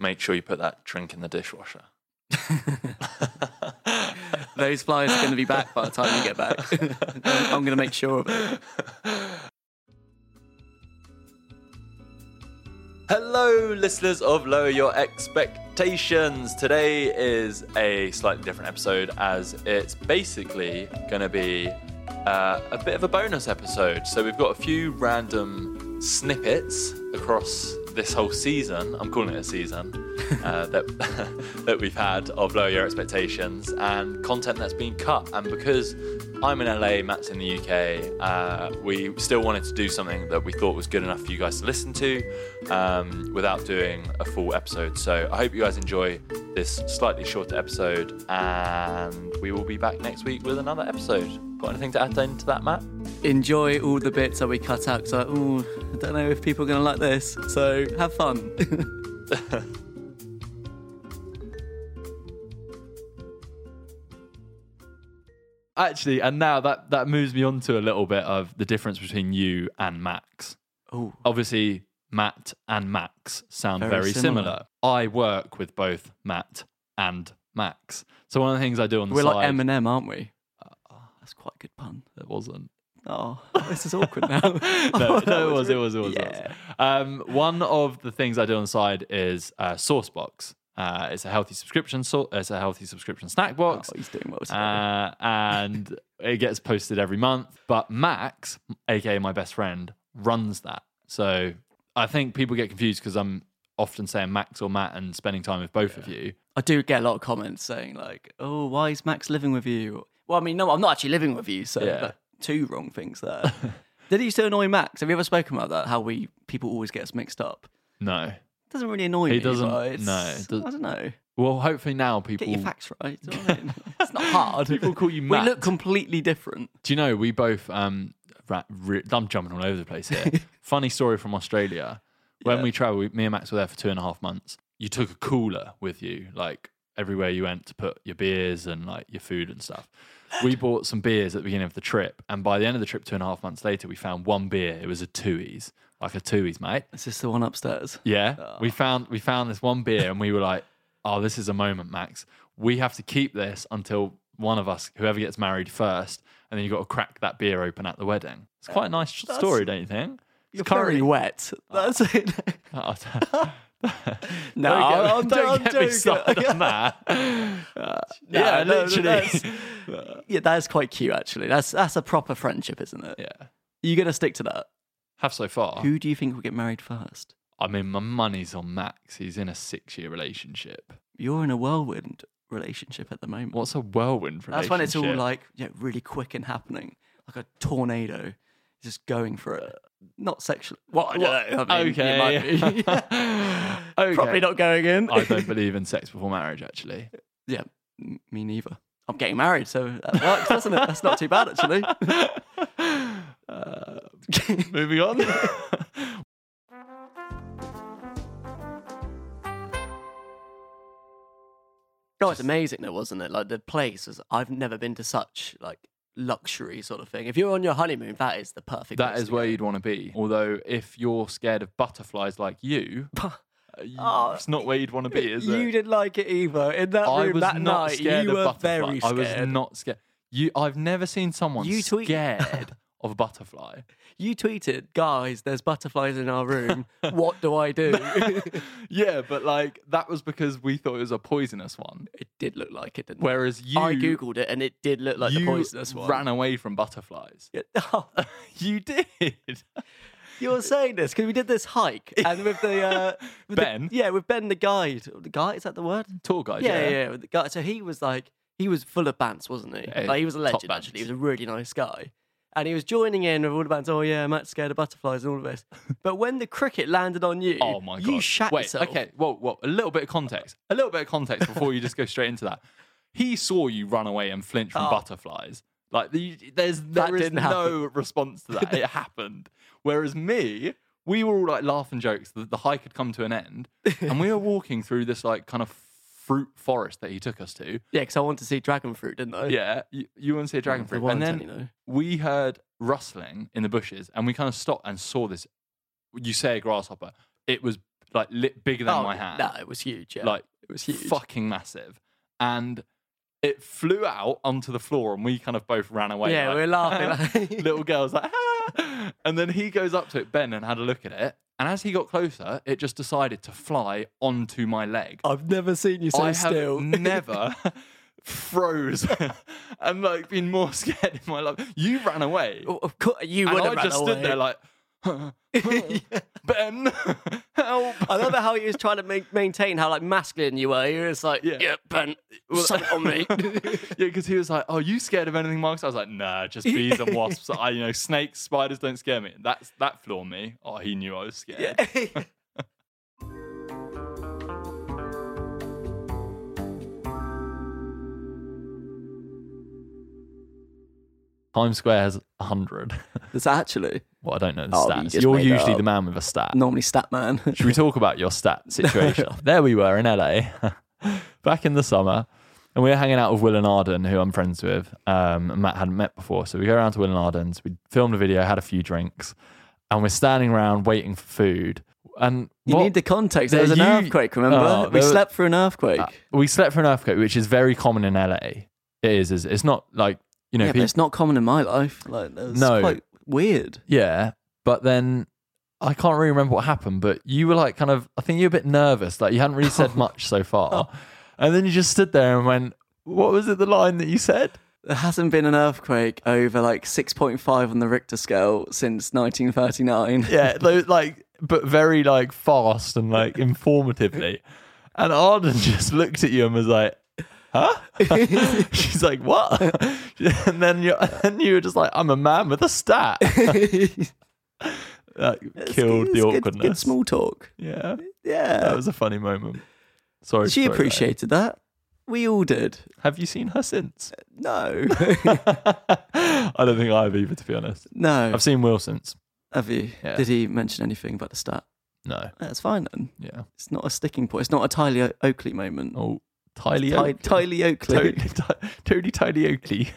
Make sure you put that drink in the dishwasher. Those flies are going to be back by the time you get back. I'm going to make sure of it. Hello, listeners of Lower Your Expectations. Today is a slightly different episode as it's basically going to be uh, a bit of a bonus episode. So, we've got a few random snippets across this whole season. I'm calling it a season uh, that, that we've had of Lower Your Expectations and content that's been cut. And because I'm in LA, Matt's in the UK, uh, we still wanted to do something that we thought was good enough for you guys to listen to um, without doing a full episode. So I hope you guys enjoy this slightly shorter episode, and we will be back next week with another episode. Got anything to add into that, Matt? Enjoy all the bits that we cut out because I, ooh, I don't know if people are going to like this. So have fun. actually, and now that that moves me on to a little bit of the difference between you and Max. Ooh. Obviously, Matt and Max sound Very very, similar. similar. I work with both Matt and Max. So one of the things I do on the We're side like Eminem, aren't we? Oh, that's quite a good pun. it wasn't. Oh, this is awkward now. no, no, it was, it was, it was. it was. Yeah. Um, one of the things I do on the side is uh, Sourcebox. Uh, it's a healthy subscription. So, it's a healthy subscription snack Oh, box. he's doing well. today. uh, and it gets posted every month. But Max, aka my best friend, runs that. So I think people get confused because I'm often saying Max or Matt and spending time with both of you. I do get a lot of comments saying like, "Oh, why is Max living with you?" Well, I mean, no, I'm not actually living with you, so Yeah. but two wrong things there. Did it used to annoy Max? Have you ever spoken about that? How we people always get us mixed up. No. It doesn't really annoy He me. doesn't- but it's, no, it does- I don't know. Well, hopefully now people Get your facts right. do you know what I mean? it's not hard. People call you We Matt. look completely different. Do you know we both? Um, ra- re- I'm jumping all over the place here. Funny story from Australia. When Yeah. we traveled, we- me and Max were there for two and a half months. You took a cooler with you, like everywhere you went to put your beers and like your food and stuff. We bought some beers at the beginning of the trip, and by the end of the trip, two and a half months later, we found one beer. It was a twoies, like a twoies, mate. Is this the one upstairs? Yeah, we found we found this one beer, and we were like, "Oh, this is a moment, Max. We have to keep this until one of us, whoever gets married first, and then you have got to crack that beer open at the wedding." It's quite a nice story, don't you think? You're it's currently currently wet. That's it. Oh, No, don't get, I'm, don't I'm get me joking. Uh, started on that. yeah, no, no, literally. that's- Yeah, that is quite cute actually. That's that's a proper friendship, isn't it? yeah, Ah. You gonna stick to that? have so far. Who do you think will get married first? I mean, my money's on Max. He's in a six-year relationship. You're in a whirlwind relationship at the moment. What's a whirlwind relationship? That's when it's all like yeah, really quick and happening, like a tornado, just going for it. Not sexually. Well, I don't know. I mean, it okay. might be. okay. Probably not going in. I don't believe in sex before marriage, actually. yeah, m- me neither. I'm getting married, so that works, doesn't it? That's not too bad actually. Moving on. No, it's amazing though, wasn't it? Like the place was I've never been to such like luxury sort of thing. If you're on your honeymoon, that is the perfect that place is to where go. you'd want to be. Although, if you're scared of butterflies like you, uh, you- Oh, it's not where you'd want to be, is You it? didn't like it either. In that I room was that not night, scared you of were butterflies. very I scared. was not scared. You, I've never seen someone You tweet- scared of a butterfly. You tweeted, guys, there's butterflies in our room. what do I do? Yeah, but like that was because we thought it was a poisonous one. it did look like it, didn't it? Whereas you, I googled it and it did look like you the poisonous one. ran away from butterflies. Yeah. Oh, You did. You're saying this because we did this hike and with the uh, with the- Ben? yeah, with Ben the guide. The guide is that the word? Tour guide. yeah, yeah, yeah, with the guy. So he was like, he was full of bants, wasn't he? Yeah, like, he was a top legend, actually. He bants. was a really nice guy. and he was joining in with all about, oh yeah, Matt's scared of butterflies and all of this. But when the cricket landed on you, Oh my god! you shat Wait, yourself. okay. Well, well, a little bit of context. A little bit of context before you just go straight into that. He saw you run away and flinch from butterflies. Like the, there's there is Oh. didn't no response to that. it happened. Whereas me, we were all like laughing jokes. that the hike had come to an end, and we were walking through this like kind of fruit forest that he took us to. Yeah, because I wanted to see dragon fruit, didn't I? Yeah, you, you want to see a dragon there fruit. Mm, And weren't then any, though. we heard rustling in the bushes and we kind of stopped and saw this. You say a grasshopper. It was like lit bigger than Oh, my hand. No, it was huge. Yeah. Like, it was huge. fucking massive. And it flew out onto the floor and we kind of both ran away. Yeah, like, we were laughing, like- Little girl's like, "Ah!" And then he goes up to it, Ben, and had a look at it. And as he got closer, it just decided to fly onto my leg. I've never seen you so I have still. never froze and like been more scared in my life. You ran away. Oh, of course, you and would I have run just away. stood there like, "Huh, huh, Ben, help. I love how he was trying to ma- maintain how like masculine you were. He was like, Yeah. yeah, Ben, suck on me. yeah, because he was like, "Oh, you scared of anything, Marcus?" I was like, "Nah, just bees and wasps. I, you know, snakes, spiders don't scare me." That's that floored me. Oh, he knew I was scared. Times Square has hundred. It's actually Well, I don't know the Oh, you stats. just You're made that usually up. the man with a stat. normally stat man. Should we talk about your stat situation? there we were in LA back in the summer, and we were hanging out with Will and Arden, who I'm friends with. Um, and Matt hadn't met before, so we go around to Will and Arden's. We filmed a video, had a few drinks, and we're standing around waiting for food. And You what- need the context. There was an There you- earthquake, remember? Oh, we there was- Ah, slept through an earthquake. Uh, we slept for an earthquake, which is very common in LA. It is. is it's not like you know. yeah, peop- but it's not common in my life. Like, that was No. quite weird. yeah, but then. I can't really remember what happened, but you were like kind of, I think you were a bit nervous. Like you hadn't really said much so far. And then you just stood there and went, What was it, the line that you said? There hasn't been an earthquake over like 6.5 on the Richter scale since 1939. Yeah, though, like, but very like fast and like informatively. And Arden just looked at you and was like, "Huh?" She's like, "What?" And then you, and you were just like, "I'm a man with a stat." that killed the It's good- awkwardness. Good, small talk. yeah, that Yeah. was a funny moment. Sorry, to throw She that in. appreciated that. We all did. Have you seen her since? No. I don't think I have either, to be honest. no. I've seen Will since. Have you? Yeah. Did he mention anything about the stat? No, That's fine then. yeah. It's not a sticking point. It's not a Tyler O- Oakley moment. Oh, Tylee. Ty- Oakley. Tyler Oakley. Tony, Ty- Tony Tylee Oakley.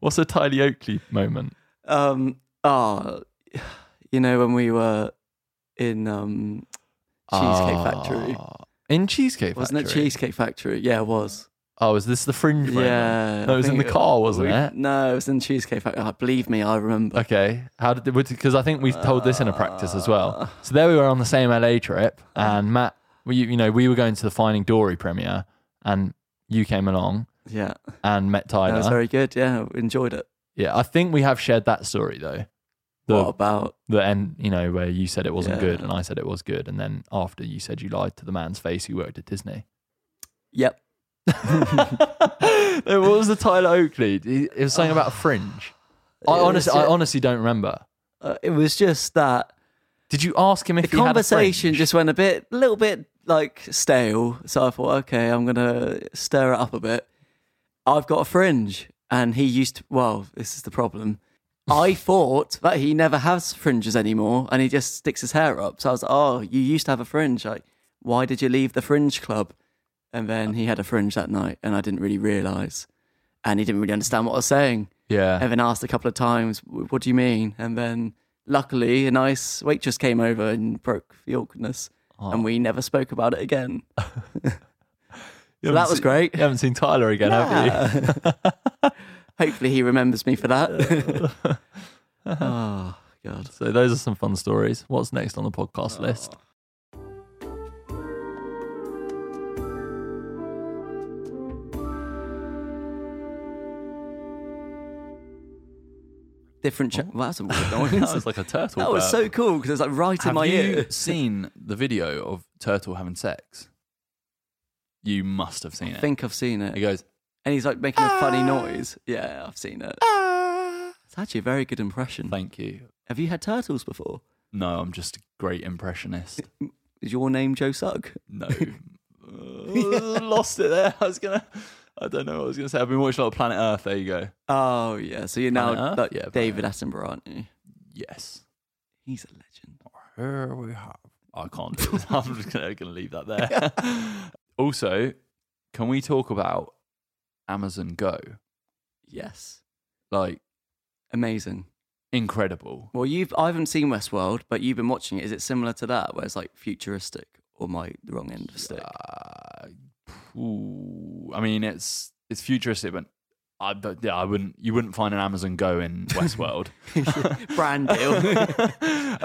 What's a Tylee Oakley moment? Um. Ah, you know when we were in um, Cheesecake Factory, Ah, In Cheesecake wasn't it Factory? Cheesecake Factory? Yeah, it was. Oh, is this the fringe moment? Yeah. No, I it was in think the car, wasn't we- it? No, it was in Cheesecake Factory. Ah, believe me, I remember. Okay. How did because I think we've told this in a practice as well. Ah. So there we were on the same LA trip, and Matt, we, you know, we were going to the Finding Dory premiere, and you came along Yeah, and met that Tyler. was very good. Yeah, we enjoyed it. yeah, I think we have shared that story though. The, What about? the end, you know, where you said it wasn't Yeah. good and I said it was good, and then after you said you lied to the man's face who worked at Disney. Yep. no, what was the Tyler Oakley? He- It was something about a fringe. I Yeah, honestly, that's I it. honestly don't remember. Uh, it was just that Did you ask him if the he had a conversation fringe? just went a bit, a little bit like stale. So I thought, okay, I'm gonna stir it up a bit. I've got a fringe, and he used to. Well, this is the problem. I thought that he never has fringes anymore, and he just sticks his hair up. So I was, like, oh, you used to have a fringe. Like, why did you leave the fringe club? And then he had a fringe that night, and I didn't really realize, and he didn't really understand what I was saying. Yeah, Evan asked a couple of times, "W- "What do you mean?" And then, luckily, a nice waitress came over and broke the awkwardness, and we never spoke about it again. so that was great. You haven't seen Tyler again, have you? Hopefully, he remembers me for that. oh God! So those are some fun stories. What's next on the podcast Oh, list? Different. Cha- well, that's a weird noise. That was like a turtle. That was burp. so cool because it's like right in Have my you ear. seen the video of Turtle having sex? You must have seen I it. think I've seen He it, goes, and he's like making a funny noise. Yeah, I've seen it. It's actually a very good impression. Thank you. Have you had turtles before? No, I'm just a great impressionist. Is your name Joe Sugg? No. Uh, Lost it there. I was gonna. I don't know what I was gonna say. I've been watching a lot of Planet Earth. There you go. Oh yeah, so you're now Planet Earth? like Yeah, David Attenborough, aren't you? Yes. He's a legend. Here we have. I can't. Do this. I'm just gonna, gonna leave that there. also, can we talk about Amazon Go? Yes, Like amazing. incredible. Well, you've I haven't seen Westworld, but you've been watching it. Is it similar to that, where it's like futuristic, or my the wrong end of the stick? Uh, ooh, I mean, it's it's futuristic, but I but yeah, I wouldn't. You wouldn't find an Amazon Go in Westworld. Brand deal.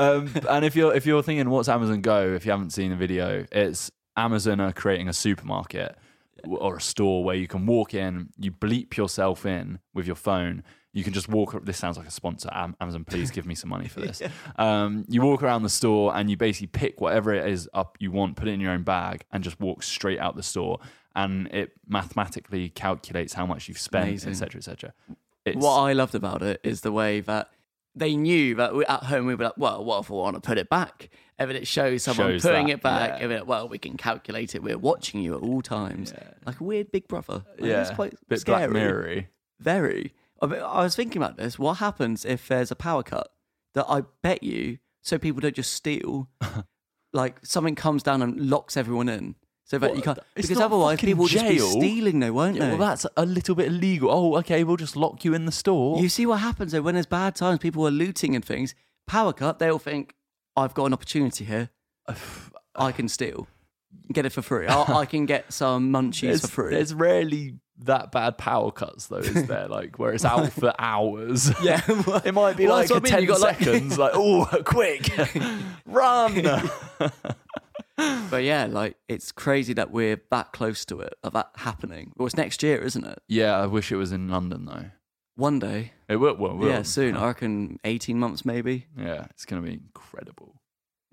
um, and if you're if you're thinking what's Amazon Go, if you haven't seen the video, it's Amazon are creating a supermarket w- or a store where you can walk in, you bleep yourself in with your phone. You can just walk. This sounds like a sponsor. Am- Amazon, please give me some money for this. um, you walk around the store and you basically pick whatever it is up you want, put it in your own bag, and just walk straight out the store. And it mathematically calculates how much you've spent, Amazing. etc., cetera, etc. It's what I loved about it is the way that they knew that we, at home we were like, well, what if I want to put it back? And then it shows someone Shows putting that, it back. yeah. And then, well, we can calculate it. We're watching you at all times, like a weird Big Brother. Like, yeah, it's quite bit scary. Black Mirror. Very. I, mean, I was thinking about this. What happens if there's a power cut? That I bet you, so people don't just steal. like something comes down and locks everyone in, so that you What? can't. It's because not otherwise, fucking people will jail. just be stealing, though, won't Yeah, they? well, that's a little bit illegal. Oh, okay, we'll just lock you in the store. You see what happens though when there's bad times, people are looting and things. Power cut, they'll think, I've got an opportunity here. I can steal. Get it for free. I, I can get some munchies there's, for free. there's rarely that bad power cuts, though, is there? Like, where it's out for hours. Yeah, well- it might be well, like that's a what I 10 mean, you got, like- seconds, like, oh, quick, run. But yeah, like it's crazy that we're that close to it, of that happening. Well, it's next year, isn't it? yeah, I wish it was in London, though. One day. It will, will, will. Yeah, soon. I reckon 18 months maybe. Yeah, it's going to be incredible.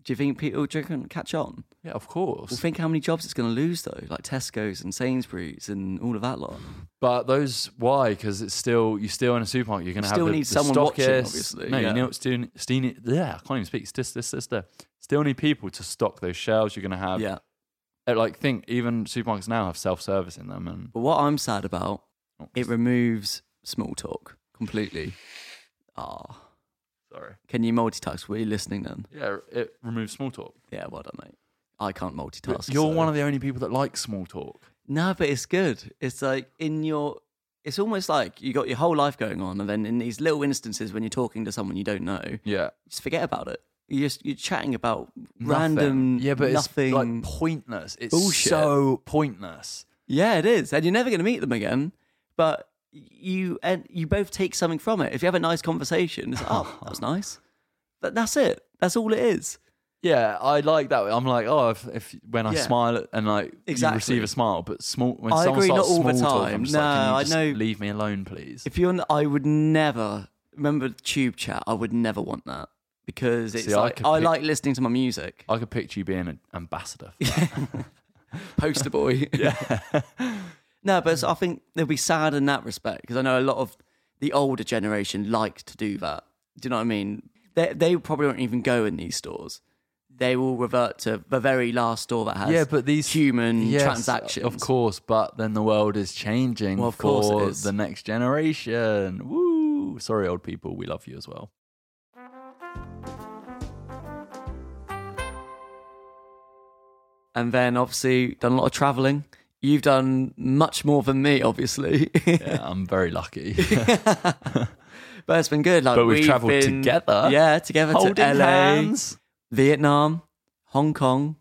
Do you think people do you reckon it'll catch on? Yeah, of course. Well, think how many jobs it's going to lose though, like Tesco's and Sainsbury's and all of that lot. But those why? Because it's still you're still in a supermarket. You're gonna Still have the, need the someone watching, stockists. obviously, No, yeah. you know it's doing. Still need, yeah, I can't even speak. This, this, this, there. Still need people to stock those shelves. You're gonna have. yeah. uh, Like think even supermarkets now have self service in them, and But what I'm sad about, Oh. it removes small talk completely. Ah, sorry. can you multitask? Were you listening then? Yeah, it removes small talk. Yeah, well done, mate. I can't multitask. You're so- one of the only people that like small talk. no, but it's good. It's like in your. It's almost like you got your whole life going on, and then in these little instances when you're talking to someone you don't know, you Yeah. just forget about it. You just you're chatting about Nothing. random, Yeah, but nothing. it's like pointless. It's Bullshit. so pointless. Yeah, it is, and you're never going to meet them again. But you and you both take something from it. If you have a nice conversation, it's like, oh, that was nice. But that's it. That's all it is. Yeah, I like that. I'm like, oh, if, if when I Yeah. smile and like Exactly. you receive a smile, but small. When I someone agree, starts not all the small talk, time. I'm just like, No, can I you just know- Leave me alone, please. If you're, on, I would never remember tube chat. I would never want that because it's See, I like could I, pic- like listening to my music. I could picture you being an ambassador. for that. Poster boy. yeah. no, but it's- I think they'll be sad in that respect because I know a lot of the older generation like to do that. Do you know what I mean? They they probably won't even go in these stores. They will revert to the very last store that has yeah, but these human Yes, transactions. of course. But then the world is changing. Well, of for course it is. the next generation. Woo! Sorry, old people, we love you as well. And then obviously done a lot of traveling. You've done much more than me, obviously. Yeah, I'm very lucky. But it's been good. Like, But we've travelled been- together. Yeah, together Holding to LA, hands Vietnam, Hong Kong,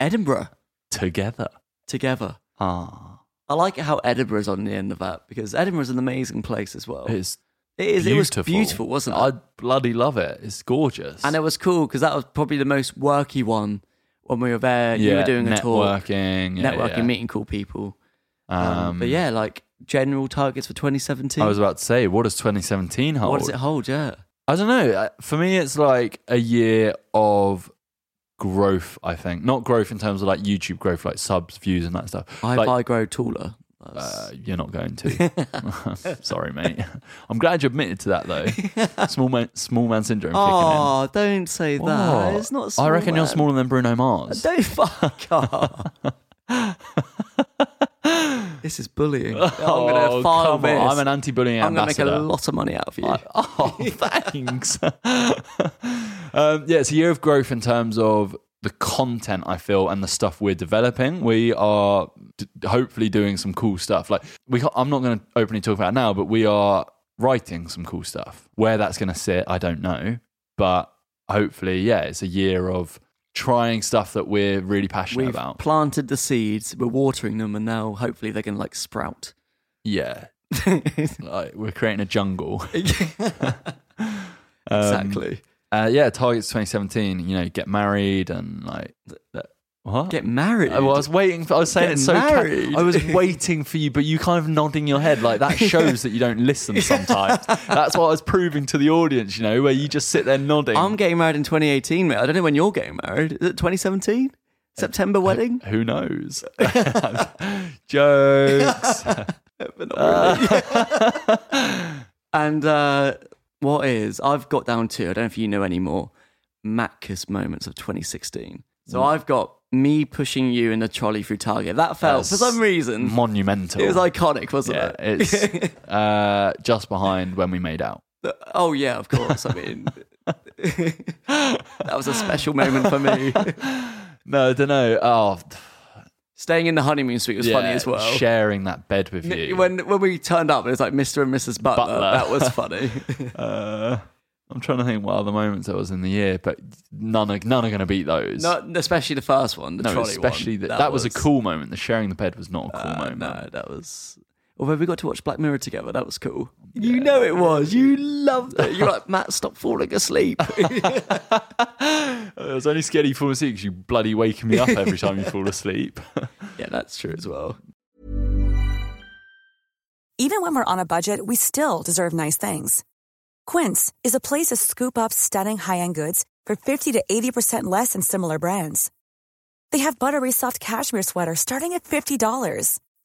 Edinburgh together. together. Ah, I like how Edinburgh's on the end of that because Edinburgh's an amazing place as well. it's it is. beautiful. It was beautiful, wasn't it? I bloody love it. It's gorgeous. and it was cool because that was probably the most worky one when we were there. you were doing a talk, networking, yeah, networking, yeah. meeting cool people. Um, Um, but yeah, like general targets for 2017. I was about to say, what does 2017 hold? what does it hold? Yeah. I don't know. Uh, For me, it's like a year of growth. I think not growth in terms of like YouTube growth, like subs, views, and that stuff. I Like, I grow taller. That's- Uh, you're not going to. Sorry, mate. I'm glad you admitted to that though. Small man, small man syndrome kicking oh, don't say in. that. Oh, It's not. I reckon you're small. smaller than Bruno Mars. Don't fuck off. this is bullying. I'm Oh, gonna file come on. this. I'm an anti-bullying I'm gonna make a ambassador. lot of money out of you. Oh, thanks. um, yeah, it's a year of growth in terms of the content I feel and the stuff we're developing. We are d- hopefully doing some cool stuff. Like we, can't, I'm not going to openly talk about it now, but we are writing some cool stuff. Where that's going to sit, I don't know. But hopefully, yeah, it's a year of trying stuff that we're really passionate We've about. planted the seeds. We're watering them, and now hopefully they're gonna like sprout. yeah, exactly. like we're creating a jungle. Um, Uh, yeah, targets 2017. You know, get married and like that- what? Get married. I was waiting. For, I was saying Get it so. ca- married. I was waiting for you, but you kind of nodding your head like that shows that you don't listen sometimes. That's what I was proving to the audience. You know, where you just sit there nodding. I'm getting married in 2018, mate. I don't know when you're getting married. Is it 2017? Uh, September wedding? Who knows? Jokes. but not really. and uh, what is, I've got down to, I don't know if you know anymore, Macus moments of 2016. So Mm. I've got me pushing you in the trolley through Target. That felt, for some reason, monumental. it was iconic, wasn't yeah, it? it's uh, just behind when we made out. oh, yeah, of course. I mean, that was a special moment for me. No, I don't know. Oh, Staying in the honeymoon suite was funny yeah, as well. Sharing that bed with you. When when we turned up, it was like Mr. and Mrs. Butler. Butler. That was funny. Uh, I'm trying to think what other moments there was in the year, but none are none are going to beat those. Not especially the first one, the no, trolley especially one. Uh, that, that, was a cool moment. The sharing the bed was not a cool moment. No, that was. Although we got to watch Black Mirror together, that was cool. You know it was. You loved it. You're like Matt, stop falling asleep. It was only scared you fall asleep because you bloody waking me up every time you fall asleep. yeah, that's true as well. Even when we're on a budget, we still deserve nice things. Quince is a place to scoop up stunning high end goods for 50 to 80% less than similar brands. They have buttery soft cashmere sweaters starting at $50,